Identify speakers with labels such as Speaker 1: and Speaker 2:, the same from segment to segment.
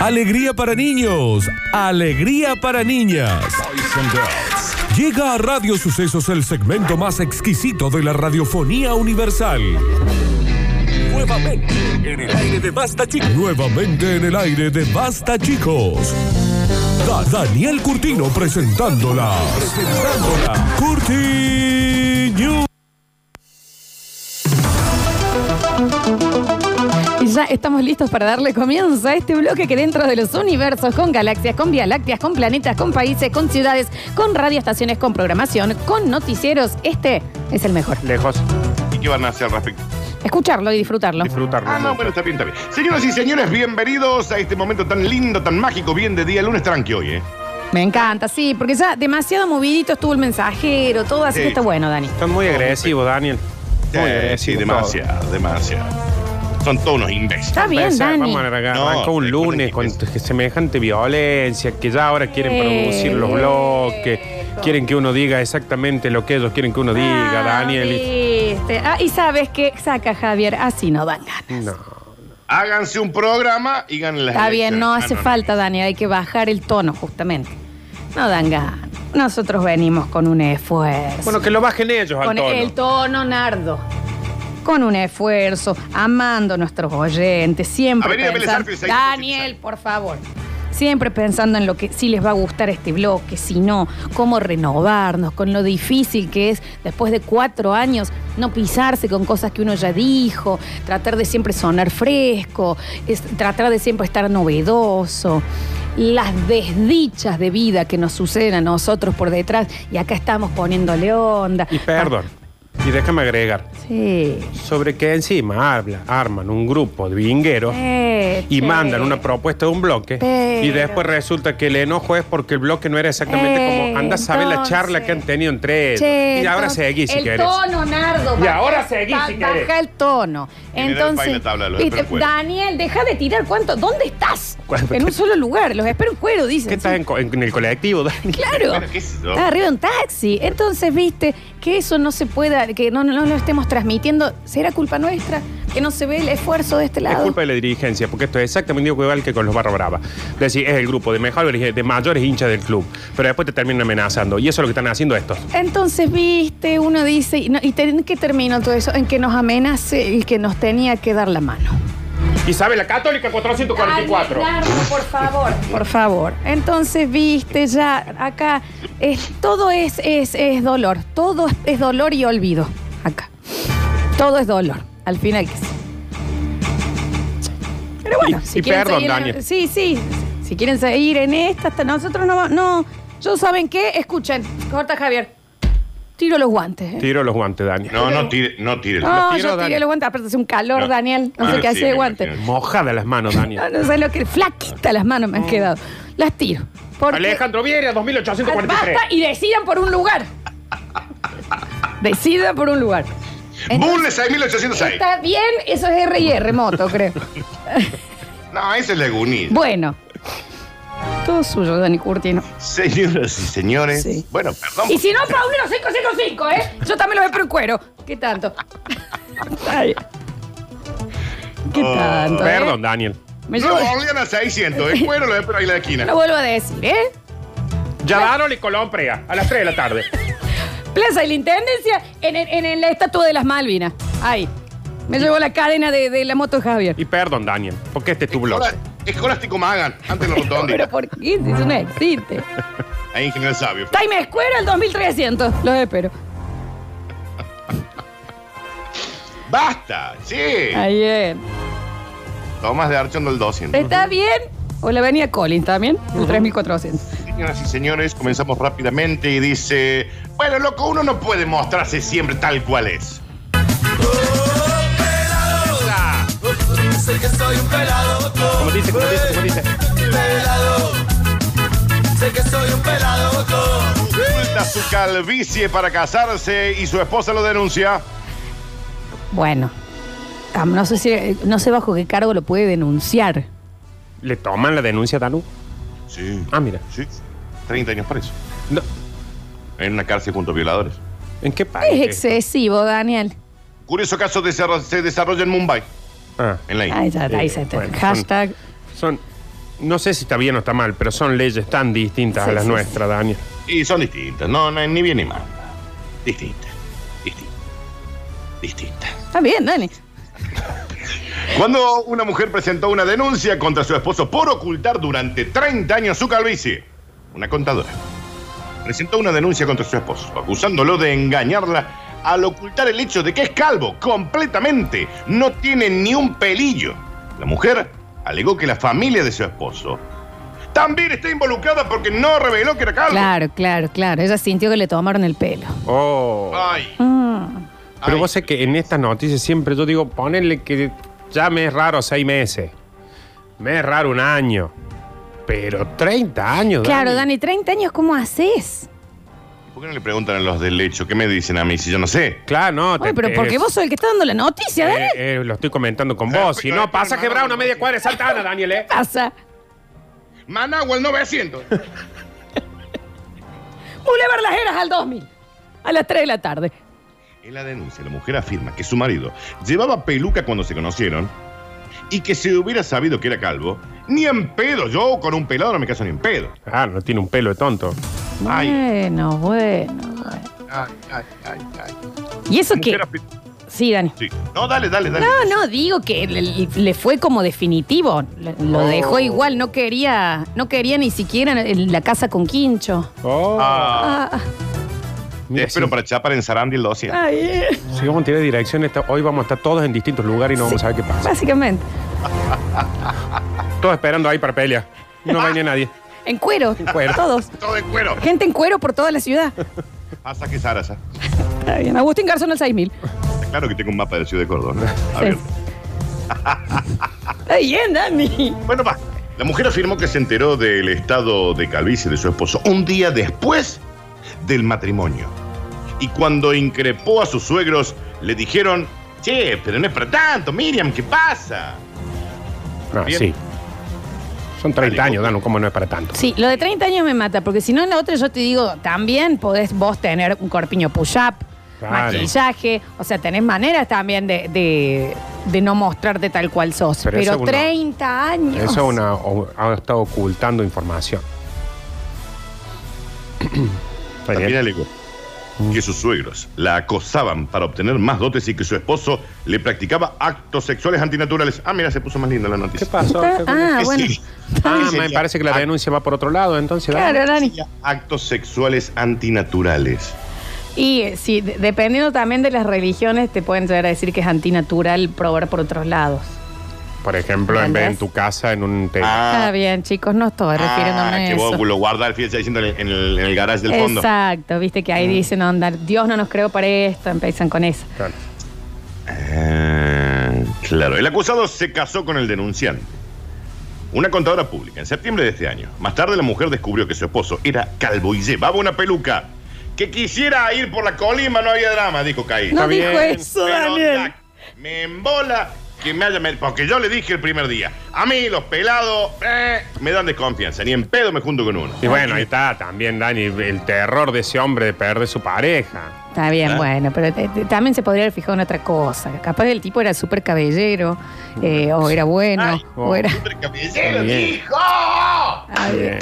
Speaker 1: Alegría para niños, alegría para niñas. Llega a Radio Sucesos el segmento más exquisito de la radiofonía universal. Nuevamente en el aire de Basta Chicos. Nuevamente en el aire de Basta Chicos. Da- Daniel Curtino presentándola. Presentándola. Curti News.
Speaker 2: Y ya estamos listos para darle comienzo a este bloque que dentro de los universos, con galaxias, con vías lácteas, con planetas, con países, con ciudades, con radioestaciones, con programación, con noticieros, este es el mejor.
Speaker 3: Lejos. ¿Y qué van a hacer al respecto?
Speaker 2: Escucharlo y disfrutarlo.
Speaker 3: Ah, no, bueno, está bien, está bien. Señoras y señores, bienvenidos a este momento tan lindo, tan mágico, bien de día, lunes tranqui hoy, ¿eh?
Speaker 2: Me encanta, sí, porque ya demasiado movidito estuvo el mensajero, todo, así
Speaker 3: Sí.
Speaker 2: que está bueno, Dani.
Speaker 4: Están muy agresivos, Daniel. Muy
Speaker 3: Eh,
Speaker 4: agresivos.
Speaker 3: sí, demasiado, demasiado. Son todos unos imbéciles.
Speaker 2: Está bien,
Speaker 4: Empezar,
Speaker 2: Dani.
Speaker 4: Vamos a arrancar
Speaker 3: No,
Speaker 4: arrancar un
Speaker 3: recuerden
Speaker 4: lunes
Speaker 3: que
Speaker 4: con
Speaker 3: es-
Speaker 4: t- semejante violencia, que ya ahora quieren
Speaker 2: Eh,
Speaker 4: producir los bloques, quieren que uno diga exactamente lo que ellos quieren que uno diga,
Speaker 2: Ah,
Speaker 4: Daniel.
Speaker 2: viste. Ah, y sabes que saca Javier, así no dan ganas.
Speaker 4: y- No.
Speaker 3: Háganse un programa y ganen las
Speaker 2: Está bien,
Speaker 3: elecciones.
Speaker 2: no
Speaker 3: Ah,
Speaker 2: hace falta, Dani, hay que bajar el tono, justamente. No dan ganas. Nosotros venimos con un esfuerzo.
Speaker 4: Bueno, que lo bajen ellos al
Speaker 2: con
Speaker 4: tono.
Speaker 2: el tono, Nardo. Con un esfuerzo, amando a nuestros oyentes, siempre
Speaker 3: Avenida Vélez
Speaker 2: pensando.
Speaker 3: Arfield, 676.
Speaker 2: Daniel, por favor. Siempre pensando en lo que sí les va a gustar este bloque, si no, cómo renovarnos, con lo difícil que es después de cuatro años no pisarse con cosas que uno ya dijo, tratar de siempre sonar fresco, es- tratar de siempre estar novedoso, las desdichas de vida que nos suceden a nosotros por detrás y acá estamos poniéndole onda.
Speaker 4: Y perdón. Y déjame agregar.
Speaker 2: Sí.
Speaker 4: Sobre que encima habla, arman un grupo de vingueros
Speaker 2: Eh,
Speaker 4: y
Speaker 2: che.
Speaker 4: mandan una propuesta de un bloque
Speaker 2: Pero-
Speaker 4: y después resulta que el enojo es porque el bloque no era exactamente
Speaker 2: Eh,
Speaker 4: como anda a saber la
Speaker 2: entonces.
Speaker 4: charla que han tenido entre ellos.
Speaker 2: Che,
Speaker 4: y ahora
Speaker 2: entonces,
Speaker 4: seguí si
Speaker 2: el
Speaker 4: querés.
Speaker 2: tono, Nardo.
Speaker 4: Y
Speaker 2: baja-
Speaker 4: ahora seguí,
Speaker 2: ba-
Speaker 4: si querés.
Speaker 2: Baja el tono.
Speaker 3: General Paine
Speaker 2: Entonces,
Speaker 3: te habla, los
Speaker 2: viste,
Speaker 3: espero en cuero.
Speaker 2: Daniel, deja de tirar cuánto. ¿Dónde estás?
Speaker 4: ¿Cuánto?
Speaker 2: En un solo lugar. Los espero en cuero, dicen.
Speaker 4: ¿Qué estás
Speaker 2: sí.
Speaker 4: en, co- en- en el colectivo, Dani?
Speaker 2: Claro.
Speaker 3: Bueno, qué sé yo.
Speaker 2: Estás arriba de un taxi. Entonces, viste, que eso no se pueda, que no, no, no lo estemos transmitiendo, será culpa nuestra que no se ve el esfuerzo de este
Speaker 4: Es
Speaker 2: lado.
Speaker 4: culpa de la dirigencia, porque esto es exactamente igual que con los Barra Brava. Es decir, es el grupo de mejores, de mayores hinchas del club, pero después te terminan amenazando. Y eso es lo que están haciendo estos.
Speaker 2: Entonces, viste, uno dice, y, no, y ten- que termina todo eso en que nos amenace el que nos tenía que dar la mano.
Speaker 4: Y sabe la Católica 444.
Speaker 2: Dale, Nardo, por favor. Por favor. Entonces, viste, ya acá es, todo es, es, es dolor. Todo es, es dolor y olvido. Acá. Todo es dolor. Al final que sí. Pero bueno,
Speaker 4: Y-
Speaker 2: si
Speaker 4: y
Speaker 2: quieren
Speaker 4: perdón,
Speaker 2: seguir en-
Speaker 4: Daniel.
Speaker 2: sí, sí. Si quieren seguir en esta, hasta nosotros no va- No. Yo saben qué, escuchen. Corta Javier. Tiro los guantes. ¿eh?
Speaker 4: Tiro los guantes, Dani.
Speaker 3: No, no tire, no tire.
Speaker 2: no,
Speaker 4: tiro,
Speaker 2: yo tiré
Speaker 4: Dani.
Speaker 2: los guantes. Aparte hace un calor,
Speaker 3: No.
Speaker 2: Daniel. No
Speaker 3: Ah,
Speaker 2: sé qué
Speaker 3: sí,
Speaker 2: hace de
Speaker 3: me
Speaker 2: guantes.
Speaker 3: imagino.
Speaker 4: Mojada las manos, Dani.
Speaker 2: Ah, No, no sé lo que. Flaquita las manos me han quedado. Las tiro. Porque-
Speaker 4: Alejandro Viera,
Speaker 2: Ah,
Speaker 4: 2843.
Speaker 2: Basta y decidan por un lugar. decidan por un lugar. Entonces,
Speaker 3: Bull de 6806.
Speaker 2: Está bien, eso es R y R, moto, creo.
Speaker 3: No, ese es Lagunilla.
Speaker 2: Bueno. Todo suyo, Dani Curtino.
Speaker 3: Señoras y señores.
Speaker 2: Sí.
Speaker 3: Bueno, perdón.
Speaker 2: Y si no, Paulino 555, ¿eh? Yo también lo veo por el cuero. ¿Qué tanto? Ay. ¿Qué tanto? eh?
Speaker 4: Perdón, Daniel.
Speaker 2: Me
Speaker 3: no,
Speaker 2: llevo-
Speaker 3: volvían a 600. El cuero lo espero ahí en la esquina.
Speaker 2: lo vuelvo a decir, ¿eh?
Speaker 4: Llámalo y Colón Prega, a las 3 de la tarde.
Speaker 2: Plaza de la Intendencia en, el- en el- la estatua de las Malvinas. Ahí. Me llevó la cadena de, de la moto de Javier.
Speaker 4: Y perdón, Daniel, porque este es tu blog.
Speaker 3: Escola- Escolástico Magan, antes los
Speaker 2: Pero
Speaker 3: rotonditos.
Speaker 2: ¿por qué? Si eso no existe.
Speaker 3: Ahí Ingeniero Sabio.
Speaker 2: Time Square al 2300. Los espero.
Speaker 3: ¡Basta! ¡Sí!
Speaker 2: Ayer.
Speaker 3: Tomás de Archon del 200.
Speaker 2: ¿Está bien? O la avenida Collins también. El 3400.
Speaker 3: Señoras y señores, comenzamos rápidamente y dice... Bueno, loco, uno no puede mostrarse siempre tal cual es.
Speaker 5: Sé que soy un pelado,
Speaker 4: Como dice, como dice, como dice.
Speaker 5: pelado. Sé que soy un pelado.
Speaker 3: Oculta su calvicie para casarse y su esposa lo denuncia.
Speaker 2: Bueno. Tam- No sé, si, no sé bajo qué cargo lo puede denunciar.
Speaker 4: ¿Le toman la denuncia a Danu?
Speaker 3: Sí.
Speaker 4: Ah, mira.
Speaker 3: Sí. 30 años preso.
Speaker 4: No,
Speaker 3: En una cárcel junto a violadores.
Speaker 4: ¿En qué
Speaker 2: Es
Speaker 4: país?
Speaker 2: excesivo, Daniel.
Speaker 3: Curioso caso desarro- se desarrolla en Mumbai,
Speaker 4: Ah.
Speaker 3: en la India.
Speaker 2: Ahí, está, ahí
Speaker 4: Eh,
Speaker 2: se
Speaker 4: bueno, son-
Speaker 2: Hashtag.
Speaker 4: Son no sé si está bien o está mal, pero son leyes tan distintas
Speaker 2: Sí,
Speaker 4: a las
Speaker 2: sí, sí.
Speaker 4: nuestras, Daniel.
Speaker 3: Y son distintas, no, no hay ni bien ni mal. Distintas, distintas, distintas.
Speaker 2: Está bien, Dani.
Speaker 3: Cuando una mujer presentó una denuncia contra su esposo por ocultar durante 30 años su calvicie, una contadora presentó una denuncia contra su esposo, acusándolo de engañarla al ocultar el hecho de que es calvo completamente, no tiene ni un pelillo. La mujer alegó que la familia de su esposo también está involucrada porque no reveló que era calvo.
Speaker 2: Claro, claro, claro. Ella sintió que le tomaron el pelo.
Speaker 4: Oh.
Speaker 3: Ay,
Speaker 2: Mm.
Speaker 4: Pero
Speaker 3: ay.
Speaker 4: vos sé que en estas noticias siempre yo digo, ponele que ya me es raro seis meses. Me es raro un año. Pero 30 años,
Speaker 2: Claro, Dani, 30 años, ¿cómo haces?
Speaker 3: ¿Por qué no le preguntan a los del hecho qué me dicen a mí si yo no sé?
Speaker 4: Claro, no.
Speaker 2: Ay, pero porque vos sos el que está dando la noticia, Dani.
Speaker 4: Eh, eh, lo estoy comentando con vos. Si no, pasa a quebrar una media cuadra de Santana, Daniel, ¿eh?
Speaker 2: ¿Qué pasa?
Speaker 3: Managua 900.
Speaker 2: Boulevard Las Heras al 2000, a las 3 de la tarde.
Speaker 3: En la denuncia, la mujer afirma que su marido llevaba peluca cuando se conocieron y que si hubiera sabido que era calvo, ni en pedo. Yo con un pelado no me caso ni en pedo.
Speaker 4: Ah, no tiene un pelo de tonto.
Speaker 3: Ay,
Speaker 2: Bueno, bueno, bueno.
Speaker 3: ay, ay, ay. ay.
Speaker 2: ¿Y eso qué?
Speaker 3: Mujer afir-
Speaker 2: Sí, Dani.
Speaker 3: Sí. No, dale, dale, dale.
Speaker 2: No, no, digo que le, le fue como definitivo. Le- Lo
Speaker 4: Oh.
Speaker 2: dejó igual, no quería, no quería ni siquiera en la casa con Quincho.
Speaker 4: Oh.
Speaker 3: Ah,
Speaker 2: Ah,
Speaker 3: te
Speaker 4: Mira,
Speaker 3: espero
Speaker 4: si-
Speaker 3: para Chapar en Sarandí el 12.
Speaker 2: ay, eh.
Speaker 4: Si vamos a tirar dirección, esta- hoy vamos a estar todos en distintos lugares y no vamos a saber qué pasa.
Speaker 2: Básicamente.
Speaker 4: Todos esperando ahí para pelear. Y no venía nadie.
Speaker 2: En cuero,
Speaker 4: cuero.
Speaker 2: todos.
Speaker 3: Todo de cuero.
Speaker 2: Gente en cuero por toda la ciudad.
Speaker 3: Hasta que Sarasa.
Speaker 2: Está bien. Agustín Garzón al 6000.
Speaker 3: Claro que tengo un mapa de la ciudad de Córdoba. ¿no? A ver.
Speaker 2: Está bien, Dani.
Speaker 3: Bueno, va. La mujer afirmó que se enteró del estado de calvicie de su esposo un día después del matrimonio. Y cuando increpó a sus suegros, le dijeron, che, pero no es para tanto, Miriam, ¿qué pasa?
Speaker 4: Ah,
Speaker 3: Bien.
Speaker 4: sí. Son 30 años, Danu, como no es para tanto.
Speaker 2: Sí, lo de 30 años me mata, porque si no en la otra yo te digo, también podés vos tener un corpiño push-up,
Speaker 4: Claro.
Speaker 2: maquillaje, o sea, tenés maneras también de, de- de no mostrarte tal cual sos.
Speaker 4: Pero
Speaker 2: Pero,
Speaker 4: eso es una-
Speaker 2: 30 años.
Speaker 4: Eso es una, o- ha estado ocultando información. Está bien.
Speaker 3: También alegó que sus suegros la acosaban para obtener más dotes y que su esposo le practicaba actos sexuales antinaturales. Ah, mira, se puso más linda la
Speaker 4: ¿Qué
Speaker 3: noticia.
Speaker 4: pasó?
Speaker 2: Ah,
Speaker 4: ¿Qué-
Speaker 2: ah,
Speaker 3: ¿Qué
Speaker 2: bueno.
Speaker 3: sería?
Speaker 4: Ah,
Speaker 3: ¿Qué
Speaker 4: me
Speaker 3: sería?
Speaker 4: parece que la denuncia va por otro lado, entonces. Danu.
Speaker 2: Claro, Dani.
Speaker 3: Sería Actos sexuales antinaturales.
Speaker 2: Y eh, sí, de- dependiendo también de las religiones, te pueden llegar a decir que es antinatural probar por otros lados.
Speaker 4: Por ejemplo, en vez de en tu casa, en un te-
Speaker 2: Está bien, chicos, no estoy refiriéndome
Speaker 3: Ah,
Speaker 2: a
Speaker 3: que
Speaker 2: eso.
Speaker 3: vos lo guardás el Fiat 600 en el, en el- en el garage del fondo.
Speaker 2: Exacto, viste que ahí
Speaker 4: Mm.
Speaker 2: dicen, onda, Dios no nos creó para esto, empiezan con eso.
Speaker 4: Claro.
Speaker 3: Ah, claro, el acusado se casó con el denunciante. Una contadora pública, en septiembre de este año. Más tarde la mujer descubrió que su esposo era calvo y llevaba una peluca. Que quisiera ir por la colima, no había drama, dijo Caí.
Speaker 2: No
Speaker 4: Está
Speaker 2: dijo
Speaker 4: bien,
Speaker 2: eso,
Speaker 3: Pero,
Speaker 2: Daniel.
Speaker 3: tac, me embola que me haya... met- Porque yo le dije el primer día, a mí los pelados eh, me dan desconfianza, ni en pedo me junto con uno.
Speaker 4: Y bueno, ahí está también, Dani, el terror de ese hombre de perder su pareja.
Speaker 2: Está bien,
Speaker 3: ¿Eh?
Speaker 2: bueno, pero te- te- también se podría haber fijado en otra cosa. Capaz el tipo era súper cabellero, eh, o era bueno,
Speaker 3: Ay,
Speaker 4: oh.
Speaker 2: o era...
Speaker 3: Hombre caballero,
Speaker 4: Bien.
Speaker 3: dijo.
Speaker 2: Ay, ah.
Speaker 4: Bien.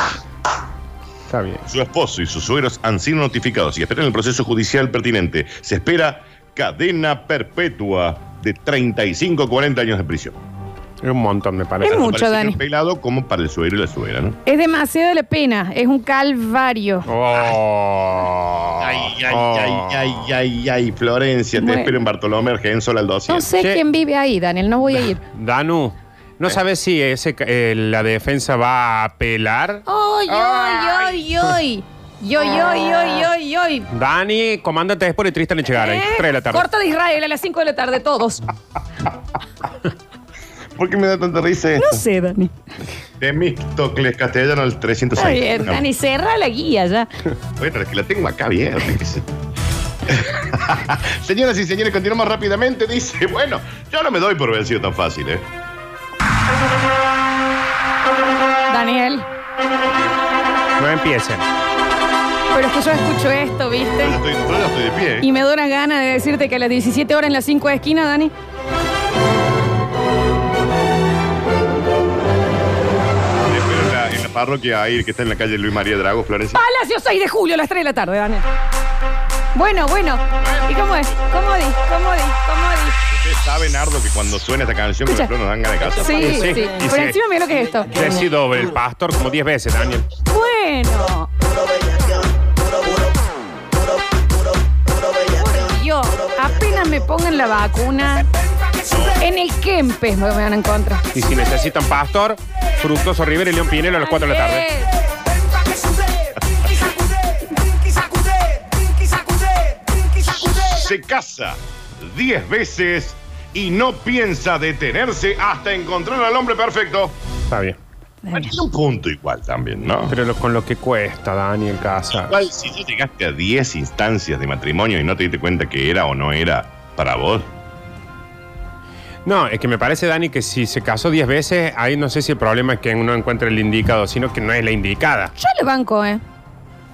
Speaker 4: Está bien.
Speaker 3: Su esposo y sus suegros han sido notificados y esperan el proceso judicial pertinente. Se espera cadena perpetua de 35 a 40 años de prisión.
Speaker 4: Es un montón, me parece.
Speaker 2: Es mucho.
Speaker 3: Parece que
Speaker 2: Dani.
Speaker 3: es pelado como para el suegro y la suegra, ¿no?
Speaker 2: Es demasiado la pena, es un calvario.
Speaker 4: Oh.
Speaker 3: Ay, ay,
Speaker 4: Oh.
Speaker 3: ay, ay, ay, ay, Florencia, te
Speaker 2: Bueno.
Speaker 3: espero en Bartolomé Argenzo al 200.
Speaker 2: No sé
Speaker 4: Che.
Speaker 2: quién vive ahí, Daniel, no voy a ir.
Speaker 4: Danu,
Speaker 2: Eh.
Speaker 4: ¿no sabes si ese, ca- eh, la defensa va a apelar?
Speaker 2: ¡Oy, oy, oy, oy! ¡Oy, oy, oy, oy, oy!
Speaker 4: Dani, comandante es por el Tristan Echegaray,
Speaker 2: ¿Eh?
Speaker 4: 3 de la tarde.
Speaker 2: Corta de Israel a las 5 de la tarde, todos.
Speaker 3: ¿Por qué me da tanta risa esto?
Speaker 2: No sé, Dani.
Speaker 3: Temístocles Castellano al 306.
Speaker 2: Está bien, Dani, cerra la guía ya.
Speaker 3: Bueno, es que la tengo acá abierta. qué sé. Señoras y señores, continuamos rápidamente. Dice, bueno, yo no me doy por vencido tan fácil, ¿eh?
Speaker 2: Daniel,
Speaker 4: No empiecen.
Speaker 2: pero es que yo escucho esto, ¿viste?
Speaker 3: Yo ya estoy, yo ya estoy de pie. ¿eh?
Speaker 2: Y me da una gana de decirte que a las 17 horas en las 5 de esquina, Dani.
Speaker 3: Espero parroquia Air que está en la calle Luis María Drago, Florencia.
Speaker 2: Palacio 6 de julio a las 3 de la tarde, Daniel. Bueno, bueno. ¿Y cómo es? ¿Cómo di? ¿Cómo di? ¿Cómo di?
Speaker 3: Usted sabe, Nardo, que cuando suena esta canción,
Speaker 2: Escucha.
Speaker 3: los nos dan ganas de casa.
Speaker 2: Sí,
Speaker 4: Sí,
Speaker 2: sí.
Speaker 4: sí.
Speaker 2: Pero
Speaker 4: Sí.
Speaker 2: encima mira lo que es esto.
Speaker 4: Decí doble el pastor como 10 veces, Daniel.
Speaker 2: Bueno. Por Dios, apenas me pongan la vacuna, en el Kempes me van a encontrar.
Speaker 4: Y si necesitan pastor, Fructoso Rivera y León Pinelo a las 4 de la
Speaker 2: Eh.
Speaker 4: tarde.
Speaker 3: Se casa 10 veces y no piensa detenerse hasta encontrar al hombre perfecto.
Speaker 4: Está bien.
Speaker 2: Daniel.
Speaker 3: Es un punto igual también, ¿no?
Speaker 4: Pero lo- con lo que cuesta, Daniel Casa.
Speaker 3: Igual, si tú llegaste a 10 instancias de matrimonio y no te diste cuenta que era o no era para vos,
Speaker 4: No, es que me parece, Dani, que si se casó 10 veces, ahí no sé si el problema es que uno encuentre el indicado, sino que no es la indicada.
Speaker 2: Yo le banco, ¿eh?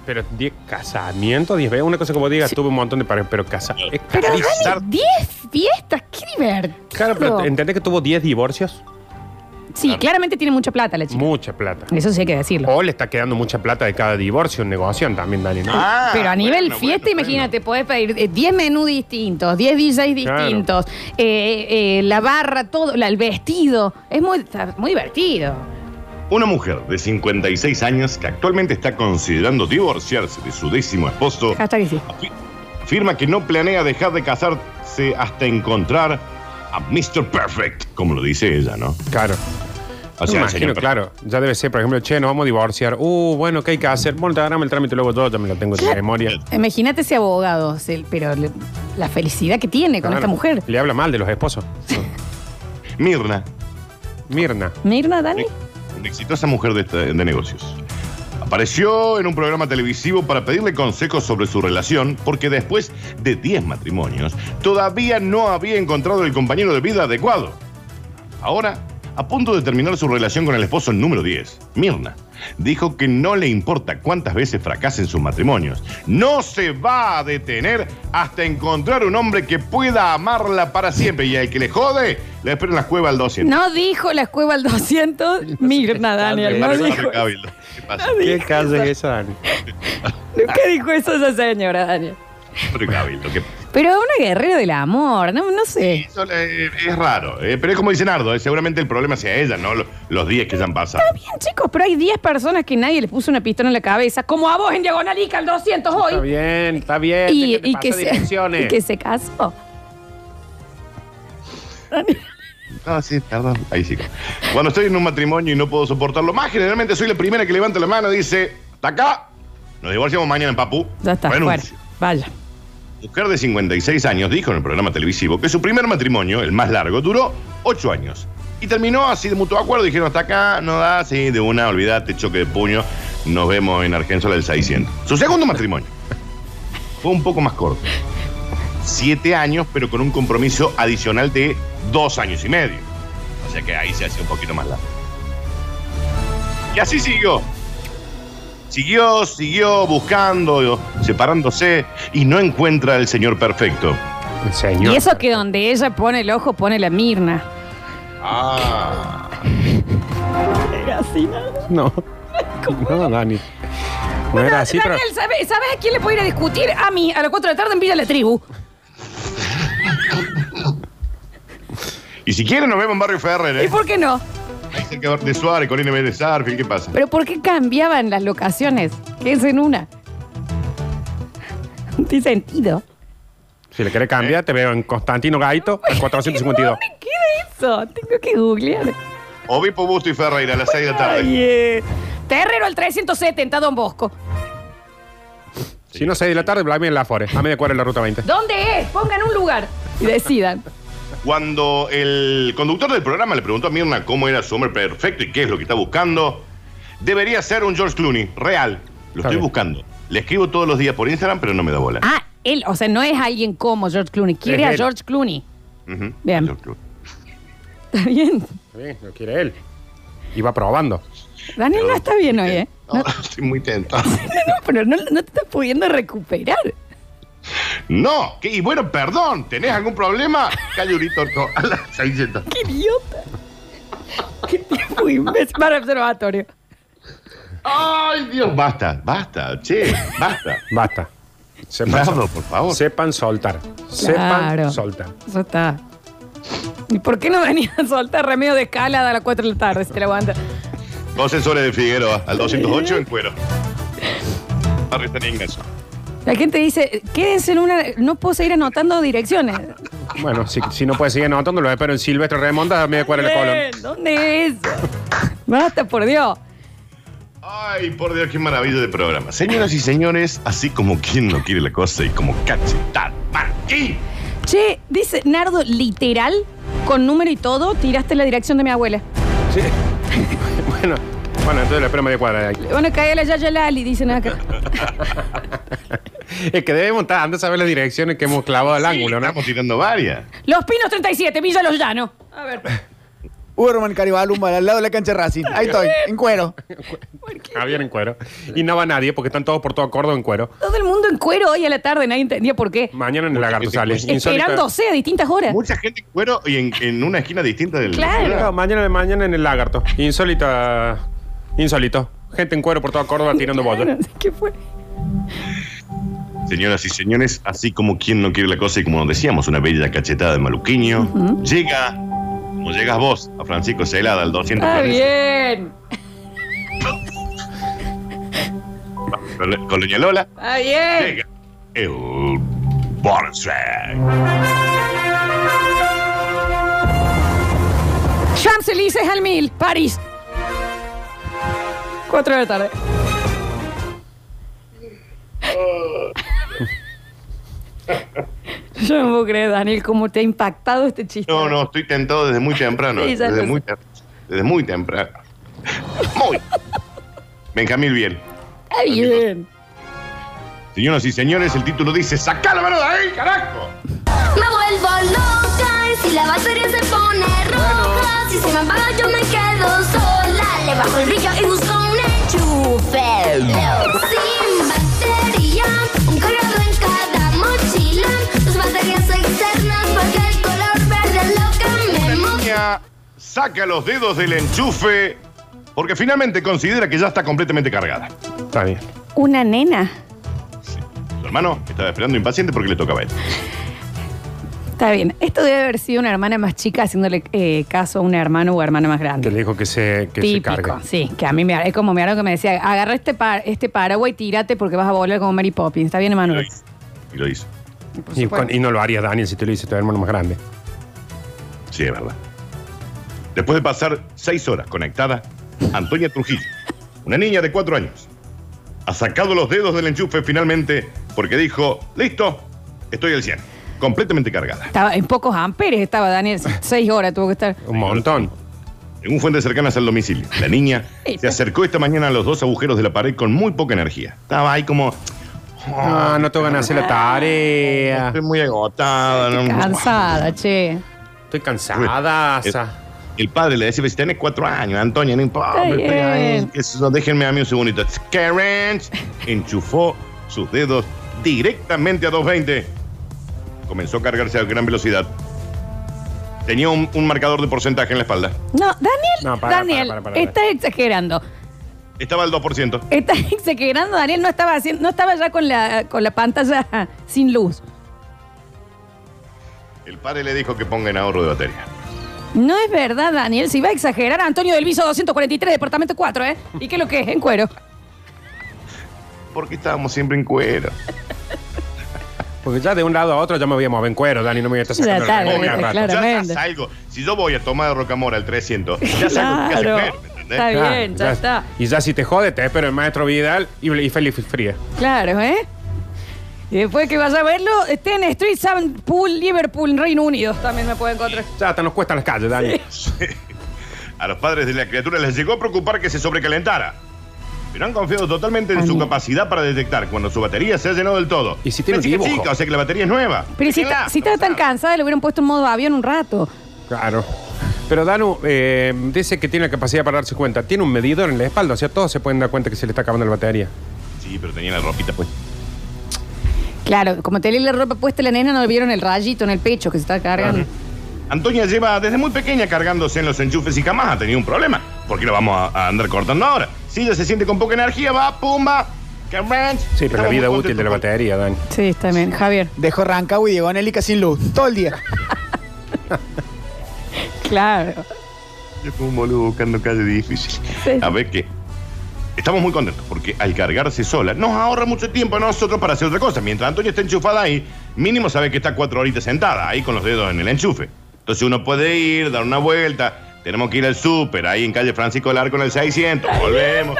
Speaker 4: Pero 10 casamientos, 10 veces, una cosa como digas, tuve un montón de parejas, pero casa. Es
Speaker 2: Pero,
Speaker 4: carísimo.
Speaker 2: Dani, 10 fiestas, qué divertido.
Speaker 4: Claro, pero ¿entendés que tuvo 10 divorcios?
Speaker 2: Sí, claramente tiene mucha plata la chica.
Speaker 4: Mucha plata.
Speaker 2: Eso sí hay que decirlo.
Speaker 4: O le está quedando mucha plata de cada divorcio, un negocio también, Dani. ¿no?
Speaker 3: Ah,
Speaker 2: Pero a
Speaker 3: bueno,
Speaker 2: nivel
Speaker 3: bueno,
Speaker 2: fiesta,
Speaker 3: bueno.
Speaker 2: imagínate, podés pedir eh, 10 menús distintos, 10 DJs
Speaker 4: Claro.
Speaker 2: distintos, eh, eh, la barra, todo, la- el vestido. Es muy, está muy divertido.
Speaker 3: Una mujer de 56 años que actualmente está considerando divorciarse de su décimo esposo
Speaker 2: Hasta que sí.
Speaker 3: afi- afirma que no planea dejar de casarse hasta encontrar a Mr. Perfect, como lo dice ella, ¿no?
Speaker 4: Claro.
Speaker 3: O
Speaker 4: Me
Speaker 3: sea, el
Speaker 4: imagino,
Speaker 3: señor
Speaker 4: claro. Ya debe ser, por ejemplo, che, nos vamos a divorciar. Uh, bueno, ¿qué hay que hacer? Bueno, te agarramos el trámite, luego todo, ya me lo tengo en la memoria.
Speaker 2: Imagínate ese abogado, se- pero le- la felicidad que tiene con
Speaker 4: Claro.
Speaker 2: esta mujer.
Speaker 4: Le habla mal de los esposos.
Speaker 3: Perfect. Mirna,
Speaker 4: Mirna.
Speaker 2: Mirna, Dani.
Speaker 3: una exitosa mujer de, esta- de negocios. Apareció en un programa televisivo para pedirle consejos sobre su relación, porque después de 10 matrimonios, todavía no había encontrado el compañero de vida adecuado. Ahora, a punto de terminar su relación con el esposo número 10, Mirna, dijo que no le importa cuántas veces fracasen sus matrimonios, no se va a detener hasta encontrar un hombre que pueda amarla para siempre y al que le jode, le espera en la cueva al 200.
Speaker 2: No dijo la escuela al 200. Mirna, Daniel. No
Speaker 4: Daniel,
Speaker 2: dijo.
Speaker 3: Barrio Cabildo. ¿Qué pasa?
Speaker 4: ¿Qué calle es esa, Dani?
Speaker 2: Nunca dijo eso esa señora, Daniel.
Speaker 3: Barrio Cabildo, ¿qué pasa?
Speaker 2: Pero una guerrera del amor, no, no sé.
Speaker 3: Eso, eh, es raro, eh, pero es como dice Nardo, eh, seguramente el problema sea ella, no Lo- los días que ya han pasado.
Speaker 2: Bien, chicos, pero hay 10 personas que nadie les puso una pistola en la cabeza, como a vos en Diagonal Ica al 200
Speaker 4: Está
Speaker 2: hoy.
Speaker 4: bien, está bien.
Speaker 2: Y,
Speaker 4: déjate
Speaker 2: y
Speaker 4: pasar
Speaker 2: que se,
Speaker 4: direcciones.
Speaker 2: y que se casó.
Speaker 3: Ah, sí, perdón. Ahí sí. Cuando estoy en un matrimonio y no puedo soportarlo más, generalmente soy la primera que levanta la mano y dice, "Hasta acá, nos divorciamos mañana en Papú.
Speaker 2: Ya está, fuera.
Speaker 3: Renuncio.
Speaker 2: Vaya.
Speaker 3: Mujer de 56 años dijo en el programa televisivo que su primer matrimonio, el más largo, duró 8 años. Y terminó así de mutuo acuerdo. Dijeron, hasta acá, no da, sí, de una, olvídate, choque de puño. Nos vemos en Argensola del 600. Su segundo matrimonio fue un poco más corto. 7 años, pero con un compromiso adicional de 2 años y medio. O sea que ahí se hace un poquito más largo. Y así siguió. Siguió, siguió buscando, separándose y no encuentra al señor perfecto.
Speaker 4: El señor.
Speaker 2: Y eso que donde ella pone el ojo, pone la Mirna.
Speaker 3: Ah.
Speaker 4: No. No, Dani. No era así, pero.
Speaker 2: Daniel, ¿sabes, sabes a quién le puedo ir a discutir? A mí, a las 4 de la tarde en Villa La Tribu.
Speaker 3: Y si quieren nos vemos en Barrio Ferrer,
Speaker 2: ¿Y
Speaker 3: ¿eh?
Speaker 2: por qué no?
Speaker 3: Ahí cerca de Suárez, Colina B. de Sarfield, ¿qué pasa?
Speaker 2: Pero ¿por qué cambiaban las locaciones? Que es en una. No tiene sentido.
Speaker 4: Si le querés cambiar, te veo en Constantino Gaito, al 452.
Speaker 2: ¿Dónde queda eso? Tengo que googlear.
Speaker 3: Obispo Busto y Ferreira a las 6 de la tarde.
Speaker 2: Ay, eh. Terrero al 370, Don Bosco.
Speaker 4: Si no, 6 de la tarde, Blamey en la Fore. A media cuadra en la ruta 20.
Speaker 2: ¿Dónde es? Pongan un lugar y decidan.
Speaker 3: Cuando el conductor del programa le preguntó a Mirna cómo era su hombre perfecto y qué es lo que está buscando, debería ser un George Clooney, real. Lo
Speaker 4: Está
Speaker 3: estoy
Speaker 4: bien.
Speaker 3: buscando. Le escribo todos los días por Instagram, pero no me da bola.
Speaker 2: Ah, él, o sea, no es alguien como George Clooney. Quiere
Speaker 4: Es
Speaker 2: a
Speaker 4: él.
Speaker 2: George Clooney.
Speaker 3: Ujú.
Speaker 2: bien.
Speaker 3: George Clooney.
Speaker 2: Está bien.
Speaker 4: Está bien, lo quiere él. Y va probando.
Speaker 2: Daniel no está bien hoy, ¿eh?
Speaker 3: No, estoy muy tentado.
Speaker 2: No, pero no, no te estás pudiendo recuperar.
Speaker 3: No, que- y bueno, perdón, ¿tenés algún problema? Calle Uritorco, a las 600.
Speaker 2: ¡Qué idiota! ¡Qué tipo imbécil! Para observatorio.
Speaker 3: Ay, Dios, basta, basta, che, basta.
Speaker 4: Basta. Sepan,
Speaker 3: Pablo,
Speaker 4: sol-
Speaker 3: por favor.
Speaker 4: sepan soltar.
Speaker 2: Claro.
Speaker 4: Sepan soltar.
Speaker 2: Ya está. ¿Y por qué no venía a soltar remedio de escalada a las 4 de la tarde si te la aguanta?
Speaker 3: Dos sensores de Figueroa, al 208 en cuero. Ah, Barrio San Ignacio.
Speaker 2: La gente dice, quédense en una. No puedo seguir anotando direcciones.
Speaker 4: Bueno, si, si no puedes seguir anotando, lo espero en Silvestre Remonta a media cuadra de la
Speaker 2: Bien,
Speaker 4: Colón.
Speaker 2: ¿Dónde es? Basta, por Dios.
Speaker 3: Ay, por Dios, qué maravilla de programa. Señoras y señores, así como quien no quiere la cosa y como cachetar marquí.
Speaker 2: Che, dice Nardo, literal, con número y todo, tiraste la dirección de mi abuela.
Speaker 4: Sí. bueno, bueno, entonces lo espero a media cuadra de ahí.
Speaker 2: Bueno, cae la Yaya Lali, dicen acá.
Speaker 4: Es que debemos estar, antes de saber las direcciones que hemos clavado al ángulo, ¿no?
Speaker 3: Estamos tirando varias.
Speaker 2: Los Pinos 37, Villa Los Llanos. A ver,
Speaker 6: Urban Caribalumba, al lado de la cancha de Racing. Ahí estoy, en cuero.
Speaker 4: Javier en cuero. Y no va nadie porque están todos por todo Córdoba en cuero.
Speaker 2: todo el mundo en cuero hoy a la tarde, nadie entendía por qué.
Speaker 4: Mañana en el lagarto sale.
Speaker 2: Esperándose a distintas horas.
Speaker 3: Mucha gente en cuero y en, en una esquina distinta del.
Speaker 2: Claro.
Speaker 4: Claro, mañana, mañana en el lagarto. Insólita. Insólito. Gente en cuero por toda Córdoba tirando bollos.
Speaker 2: Bueno, ¿Qué fue?
Speaker 3: Señoras y señores, así como quien no quiere la cosa y como decíamos, una bella cachetada de maluquiño, llega, como llegas vos, a Francisco Celada, al 200
Speaker 2: Está bien.
Speaker 3: Colonia Lola,
Speaker 2: Está bien.
Speaker 3: llega el Borsa.
Speaker 2: Champs-Élysées al mil, París. 4 de la tarde. Yo no puedo creer, Daniel, cómo te ha impactado este chiste.
Speaker 3: No, no, estoy tentado desde muy temprano.
Speaker 2: Sí, ya
Speaker 3: desde,
Speaker 2: lo
Speaker 3: muy tem- desde muy temprano. Muy. Benjamín Biel.
Speaker 2: Está bien.
Speaker 3: Señoras y señores, el título dice: ¡Sacá la mano de ahí, carajo!
Speaker 7: Me vuelvo loca y si la batería se pone roja Si se me apaga yo me quedo sola Le bajo el brillo y busco un enchufe Sin batería, un cargador en cada mochila Dos baterías externas porque el color verde loca me motiva
Speaker 3: Niña, saca los dedos del enchufe porque finalmente considera que ya está completamente cargada.
Speaker 4: Está bien.
Speaker 2: Una nena.
Speaker 3: Su hermano estaba esperando impaciente porque le tocaba a él.
Speaker 2: Está bien. Esto debe haber sido una hermana más chica haciéndole eh, caso a un hermano o hermana más
Speaker 4: Que
Speaker 2: grande.
Speaker 4: le dijo que se, que se
Speaker 2: Típico,
Speaker 4: cargue.
Speaker 2: sí, que a mí me, es como me que me decía, agarra este, par, este paraguas y tírate porque vas a volar como Mary Poppins. ¿Está bien,
Speaker 3: Y lo
Speaker 2: Emanuel?
Speaker 3: hizo. Y lo hizo.
Speaker 4: Y, con- y no lo harías, Daniel, si tú le dices a tu hermano más grande.
Speaker 3: Sí, es verdad. Después de pasar seis horas conectada, Antonia Trujillo, una niña de cuatro años, ha sacado los dedos del enchufe finalmente porque dijo, listo, estoy al 100, completamente cargada.
Speaker 2: Estaba en pocos amperes estaba Daniel, seis horas tuvo que estar.
Speaker 4: Un montón.
Speaker 3: Según fuentes cercanas al domicilio, la niña se acercó esta mañana a los dos agujeros de la pared con muy poca energía. Estaba ahí como,
Speaker 4: Ah, no te van a hacer la tarea.
Speaker 3: "Ah, estoy muy agotada. no-
Speaker 2: Cansada, che.
Speaker 4: Estoy cansada.
Speaker 3: El,
Speaker 4: sa.
Speaker 3: el padre le decía, si tenés cuatro años, Antonia, no importa.
Speaker 2: Está
Speaker 3: estoy ahí,
Speaker 2: bien.
Speaker 3: qué sé yo, déjenme a mí un segundito. Karen enchufó sus dedos directamente a 220. Comenzó a cargarse a gran velocidad. Tenía un, un marcador de porcentaje en la espalda.
Speaker 2: No, Daniel,
Speaker 4: No, para,
Speaker 2: Daniel,
Speaker 4: para, para, para, para.
Speaker 2: estás exagerando.
Speaker 3: Estaba al 2%.
Speaker 2: Estás exagerando, Daniel no estaba haciendo, no estaba ya con la, con la pantalla sin luz.
Speaker 3: El padre le dijo que ponga en ahorro de batería.
Speaker 2: No es verdad, Daniel, si va a exagerar, Antonio del Viso 243, departamento 4, ¿eh? ¿Y qué es lo que es? En cuero.
Speaker 3: Porque estábamos siempre en cuero.
Speaker 4: Porque ya de un lado a otro ya me voy a mover en cuero, Dani, no me voy a estar
Speaker 2: Ya
Speaker 4: sacando
Speaker 2: está,
Speaker 4: la boca
Speaker 2: ya está,
Speaker 4: rato.
Speaker 2: claro.
Speaker 3: Ya
Speaker 2: Claramente.
Speaker 3: salgo. Si yo voy a tomar rocamora al 300, ya salgo porque hace frío, ¿me entendés?
Speaker 2: Está
Speaker 4: Claro,
Speaker 2: bien, ya está.
Speaker 4: Y ya si te jode, te espero el maestro Vidal y, y Félix Fría.
Speaker 2: Claro, ¿eh? Y después que vaya a verlo, esté en Street, Sound Pool, Liverpool, Reino Unido. También me puede encontrar.
Speaker 4: Ya hasta nos cuestan las calles, Dani.
Speaker 3: A los padres de la criatura les llegó a preocupar que se sobrecalentara. Pero han confiado totalmente en su capacidad para detectar cuando su batería se ha llenado del todo.
Speaker 4: ¿Y si tiene
Speaker 3: Una
Speaker 4: un
Speaker 3: chica
Speaker 4: dibujo?
Speaker 3: chica, o sea que la batería es nueva.
Speaker 2: Pero si,
Speaker 3: Déjenla,
Speaker 2: está- si
Speaker 3: no
Speaker 2: estaba tan
Speaker 3: sabe.
Speaker 2: cansada, le hubieran puesto en modo avión un rato.
Speaker 4: Claro. Pero Danu eh, dice que tiene la capacidad para darse cuenta. Tiene un medidor en la espalda, o sea, todos se pueden dar cuenta que se le está acabando la batería.
Speaker 3: Sí, pero tenía la ropita pues.
Speaker 2: Claro, como tenía la ropa puesta la nena, no le vieron el rayito en el pecho que se está cargando.
Speaker 3: Antonia lleva desde muy pequeña cargándose en los enchufes y jamás ha tenido un problema. ¿Por qué lo vamos a, a andar cortando ahora? Si ella se siente con poca energía, va, pumba, que ranch.
Speaker 4: Sí, pero la
Speaker 3: Estamos
Speaker 4: vida
Speaker 3: muy
Speaker 4: útil de la
Speaker 3: contentos
Speaker 4: batería, Dani.
Speaker 2: Sí, también. Javier.
Speaker 6: Dejó Rancagua y llegó a Nélica sin luz todo el día.
Speaker 2: Claro.
Speaker 3: con- Yo como un boludo buscando calle difícil.
Speaker 2: Sí.
Speaker 3: A ver qué. Estamos muy contentos porque al cargarse sola nos ahorra mucho tiempo a nosotros para hacer otra cosa. Mientras Antonia está enchufada ahí, mínimo sabe que está cuatro horitas sentada ahí con los dedos en el enchufe. Entonces uno puede ir, dar una vuelta. Tenemos que ir al súper, ahí en calle Francisco Larco en el 600. Volvemos.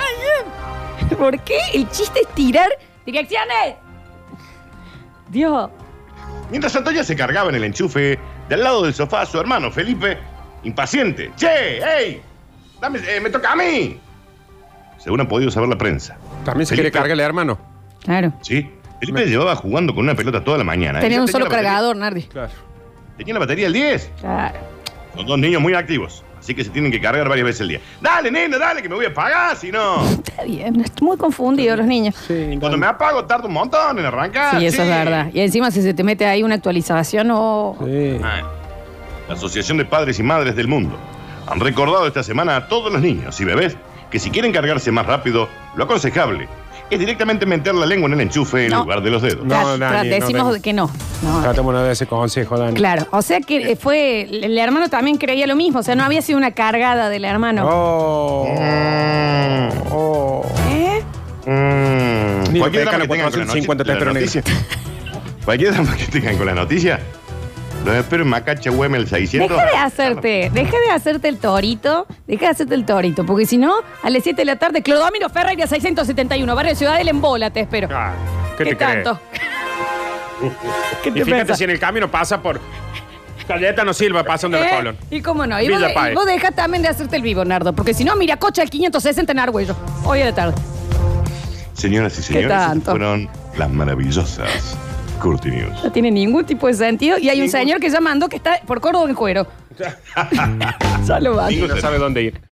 Speaker 2: ¿Por qué el chiste es tirar direcciones? Dios.
Speaker 3: Mientras Antonia se cargaba en el enchufe, del lado del sofá, su hermano Felipe, impaciente. ¡Che! ¡Ey! Dame, eh, ¡Me toca a mí! Según han podido saber la prensa.
Speaker 4: También se quiere
Speaker 3: Felipe-
Speaker 4: cargarle, hermano.
Speaker 2: Claro.
Speaker 3: Sí. Felipe llevaba jugando con una pelota toda la mañana.
Speaker 2: Tenía
Speaker 3: Él
Speaker 2: un solo
Speaker 3: la batería-
Speaker 2: cargador, Nardi.
Speaker 4: Claro.
Speaker 3: Tenía la batería al 10.
Speaker 2: Claro.
Speaker 3: Son dos niños muy activos. Así que se tienen que cargar varias veces al día. Dale, nena, dale, que me voy a apagar, si no.
Speaker 2: Está bien. Están muy confundidos los niños.
Speaker 4: Sí,
Speaker 3: Cuando me apago tardo un montón en arrancar.
Speaker 2: Sí, eso es verdad. Y encima si se te mete ahí una actualización o...
Speaker 3: Ah, La Asociación de Padres y Madres del Mundo han recordado esta semana a todos los niños y bebés que si quieren cargarse más rápido, lo aconsejable es directamente meter la lengua en el enchufe en
Speaker 2: No.
Speaker 3: lugar de los dedos.
Speaker 4: No,
Speaker 2: Tra- tra-
Speaker 4: Dani, no,
Speaker 2: decimos
Speaker 4: Dani.
Speaker 2: que no. No,
Speaker 4: Tratémonos de ese consejo, Dani.
Speaker 2: Claro, o sea que eh, fue, el el hermano también creía lo mismo, o sea, no había sido una cargada del hermano.
Speaker 4: Oh. Oh.
Speaker 2: ¿Eh?
Speaker 3: Mm,
Speaker 4: Ni
Speaker 3: Cualquier
Speaker 4: lo
Speaker 3: drama
Speaker 4: pescan
Speaker 3: que tengan
Speaker 4: a
Speaker 3: con la noticia-
Speaker 4: 450
Speaker 3: la
Speaker 4: pero
Speaker 3: noticia- Cualquier drama que tengan con la noticia, los espero en Macacha Güemes el 600.
Speaker 2: Deja de hacerte, deja de hacerte el torito, deja de hacerte el torito, porque si no, a las 7 de la tarde, Clodomiro Ferreira 671, barrio Ciudadela en bola, te espero.
Speaker 4: Ah, ¿Qué, te crees?
Speaker 2: tanto? ¿Qué
Speaker 4: Y fíjate
Speaker 2: pensás?
Speaker 4: si en el camino pasa por. Caleta no Silva, pasando de
Speaker 2: ¿Eh?
Speaker 4: la colon.
Speaker 2: Y cómo no, y vos,
Speaker 4: Villa Paez.
Speaker 2: y vos dejá también de hacerte el vivo, Nardo, porque si no, mira, coche al 560 en Argüello, hoy a la tarde.
Speaker 3: Señoras y señores, estas
Speaker 2: tanto?
Speaker 3: fueron las maravillosas Curti News.
Speaker 2: No tiene ningún tipo de sentido, y hay un señor que ya mandó que está por Córdoba en cuero. Solo va.
Speaker 4: Y no sabe dónde ir.